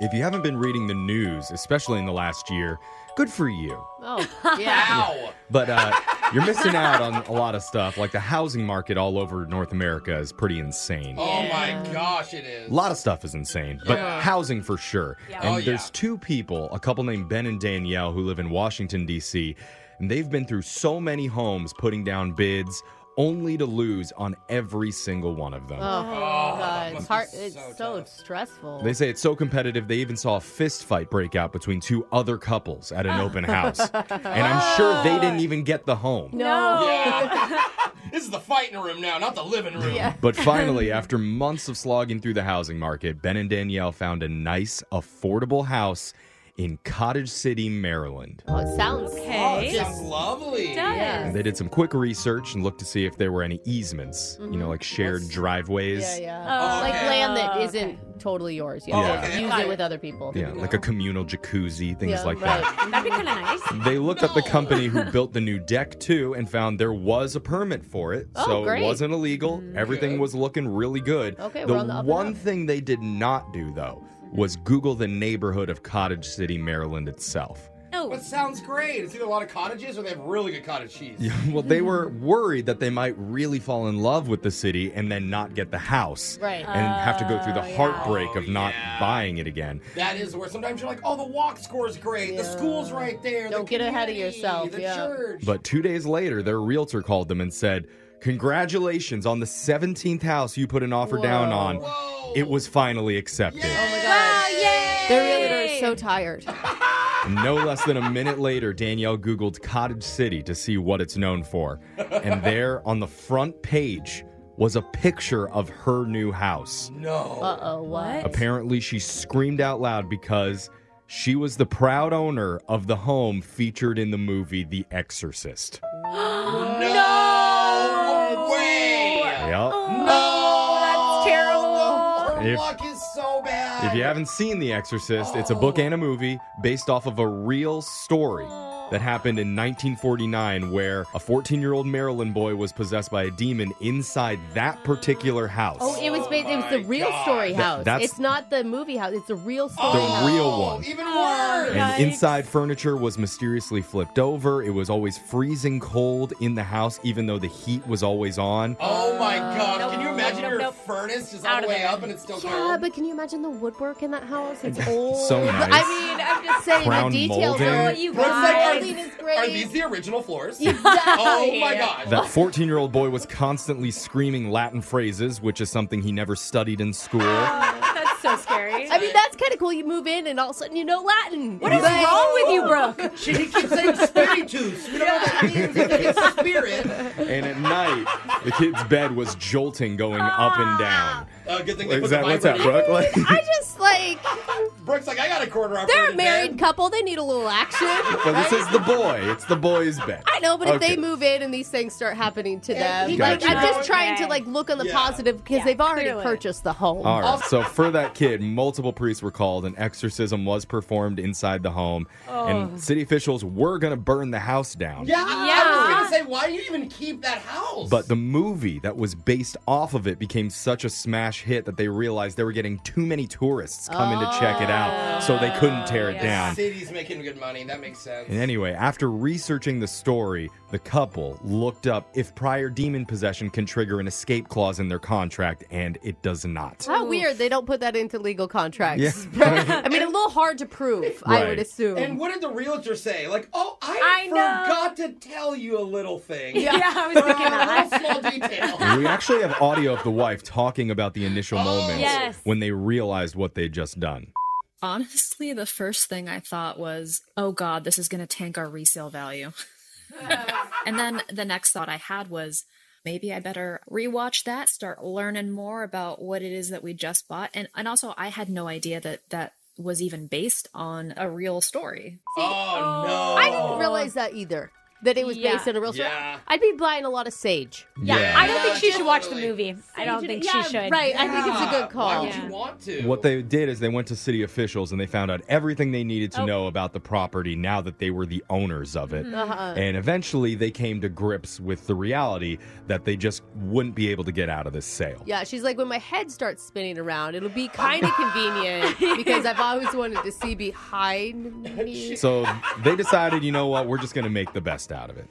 If you haven't been reading the news, especially in the last year, good for you. Oh, yeah. But uh, you're missing out on a lot of stuff. Like the housing market all over North America is pretty insane. Oh my gosh, it is. A lot of stuff is insane, but housing for sure. And Oh, yeah. there's two people, a couple named Ben and Danielle, who live in Washington, D.C., and they've been through so many homes putting down bids only to lose on every single one of them. Oh, God. It's must be hard. so It's so, tough. stressful. They say it's so competitive, they even saw a fist fight break out between two other couples at an open house. And I'm sure they didn't even get the home. Oh. no. Yeah. this is the fighting room now, not the living room. Yeah. But finally, after months of slogging through the housing market, Ben and Danielle found a nice, affordable house in Cottage City, Maryland. Oh, it sounds Oh, Okay. it sounds lovely. And they did some quick research and looked to see if there were any easements, you know, like shared driveways. Mm-hmm. Yeah, yeah. Oh, like okay. land that Oh, isn't totally yours. You Oh, have to okay. use Got it it. with other people. Yeah, like a communal jacuzzi, things Yeah, like right. that. That'd be kind of nice. They Oh, looked up the company who built the new deck too and found there was a permit for it. Oh, so great. Mm. it wasn't illegal. Everything Good. was looking really good. Okay, the we're on the up and one up. thing they did not do though was Google the neighborhood of Cottage City, Maryland itself. Oh, That sounds great. It's either a lot of cottages or they have really good cottage cheese. well, they were Mm. worried that they might really fall in love with the city and then not get the house. Right. And have to go through the Oh, yeah. heartbreak of Oh, not yeah. buying it again. That is where sometimes you're like, oh, the walk score's great. The Yeah. school's right there. Don't the get ahead of community, yourself, The yeah. church. But two days later, their realtor called them and said, Congratulations on the 17th house you put an offer down Whoa. on. Whoa. It was finally accepted. Oh my God. Uh, yay! Their realtor is so tired. No less than a minute later, Danielle Googled Cottage City to see what it's known for. And there on the front page was a picture of her new house. no. Uh oh, what? Apparently, she screamed out loud because she was the proud owner of the home featured in the movie The Exorcist. Oh, no way. Yep. No. that's terrible. The- Her If- luck is so bad. If you haven't seen The Exorcist, it's a book and a movie based off of a real story that happened in 1949 where a 14 year old Maryland boy was possessed by a demon inside that particular house. Oh, it was based, it was the my real God. story That- house. that's- it's not the movie house. It's the real story the house. real one. Oh, Even Oh, worse. And inside furniture was mysteriously flipped over. It was always freezing cold in the house, even though the heat was always on. Oh my gosh. Can you Uh, nope, imagine nope, your nope. furnace just Out all the of way there. up and it's still Yeah, cold? but can you imagine the woodwork in that house? It's old. So nice. I mean, I'm just saying Crown the details molding. are Oh, what you Brooke's like, guys. are, Eileen is great. are these the original floors? Exactly. Oh my gosh. That 14 year old boy was constantly screaming Latin phrases, which is something he never studied in school. That's so scary. I mean, that's kind of cool. You move in and all of a sudden you know Latin. what is wrong with you, Brooke? Oh. She keeps saying spiritus. We don't know what that means. It's spirit. and at night, the kid's bed was jolting going up and down. Uh, good thing they Is put that the what's that, vibrator- Brooke? Like, I just like Brooke's like, I got a quarter operated they're a bed. married couple. They need a little action. but this is the boy. It's the boy's bed. I know, but if Okay. they move in and these things start happening to Yeah, them, he like Gotcha. I'm just trying to Okay. like look on the Yeah. positive because Yeah, they've already clearly. purchased the home. All right. So for that kid, multiple priests were called. An exorcism was performed inside the home, Oh. and city officials were going to burn the house down. Yeah. I Yeah. was going to say, why do you even keep that house? But the movie that was based off of it became such a smash hit that they realized they were getting too many tourists coming to check it out, so they couldn't tear it Oh, yeah. down. city's making good money. That makes sense. And anyway, after researching the story, the couple looked up if prior demon possession can trigger an escape clause in their contract, and it does not. How weird they don't put that into legal contracts. Yeah. I mean, a little hard to prove, I Right. would assume. And what did the realtor say? Like, oh, I I, know. forgot to tell you a little thing. Yeah, I was thinking A that. little small detail. we actually have audio of the wife talking about the initial moments Oh, yes. when they realized what they'd just done. Honestly, the first thing I thought was, oh God, this is going to tank our resale value. and then the next thought I had was, maybe I better rewatch that, start learning more about what it is that we just bought. And, and also, I had no idea that that was even based on a real story. oh, no. I didn't realize that either. That it was Yeah. based on a real story. Yeah. I'd be buying a lot of sage. Yeah, I don't Yeah, think she should watch the totally. movie. I don't think Yeah, she should. Right. I think it's a Yeah. good call. Why would you want to? What they did is they went to city officials and they found out everything they needed Oh. to know about the property now that they were the owners of it. Mm-hmm. Uh-huh. And eventually they came to grips with the reality that they just wouldn't be able to get out of this sale. Yeah, she's like, when my head starts spinning around, it'll be kind of convenient because because I've always wanted to see behind me. So they decided, you know what, we're just going to make the best out of it.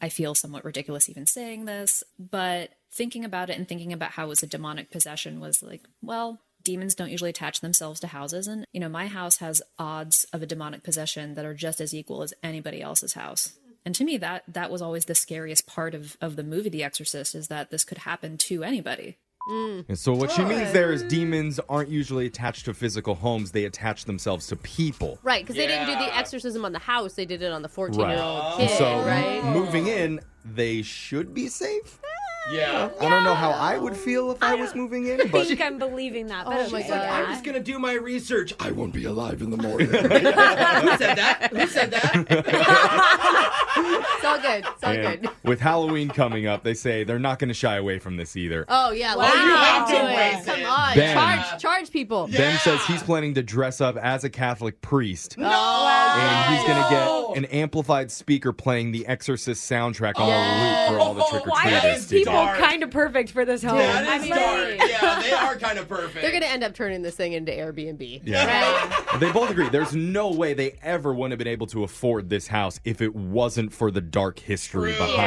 I feel somewhat ridiculous even saying this, but thinking about it and thinking about how it was a demonic possession was like, well, demons don't usually attach themselves to houses. And, you know, my house has odds of a demonic possession that are just as equal as anybody else's house. And to me, that that was always the scariest part of, of the movie The Exorcist is that this could happen to anybody. And so what she means there is demons aren't usually attached to physical homes, they attach themselves to people. Right, because they didn't do the Yeah. exorcism on the house; they did it on the fourteen-year-old And kid. so m- right? moving in, they should be safe. Yeah. I don't know how I would feel if I, was moving in, I but think I'm believing that. but Oh I'm my just God. like, I'm ah. just gonna do my research. I won't be alive in the morning. Who said that? Who said that? It's all good. It's all And good. with Halloween coming up, they say they're not going to shy away from this either. Oh yeah, wow. you have to raise Come it. on, Ben. charge, charge people. Ben says he's planning to dress up as a Catholic priest. Oh, And he's going to No. Oh! get an amplified speaker playing the Exorcist soundtrack on Yes. a loop for all the trick or Why are these treaters to people do. dark. kind of perfect for this home? That I is mean, dark. Yeah, they are kind of perfect. they're gonna end up turning this thing into Airbnb. Yeah. They both agree there's no way they ever would have been able to afford this house if it wasn't for the dark history behind it.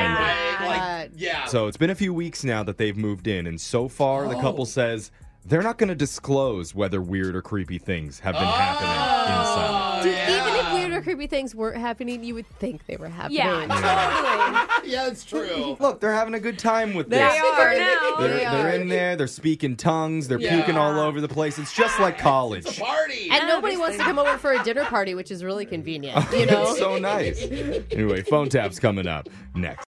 yeah. Like, God. yeah. So it's been a few weeks now that they've moved in, and so far the Oh. couple says they're not going to disclose whether weird or creepy things have been happening inside. Oh, Dude, yeah. even if weird or creepy things weren't happening, you would think they were happening. yeah, totally. yeah, it's true. Look, they're having a good time with this. Oh. They are They're, now. They they're are. in there. They're speaking tongues. They're Yeah. puking all over the place. It's just like college. Party. And nobody wants to come over for a dinner party, which is really convenient. You know. it's so nice. Anyway, phone tap's coming up next.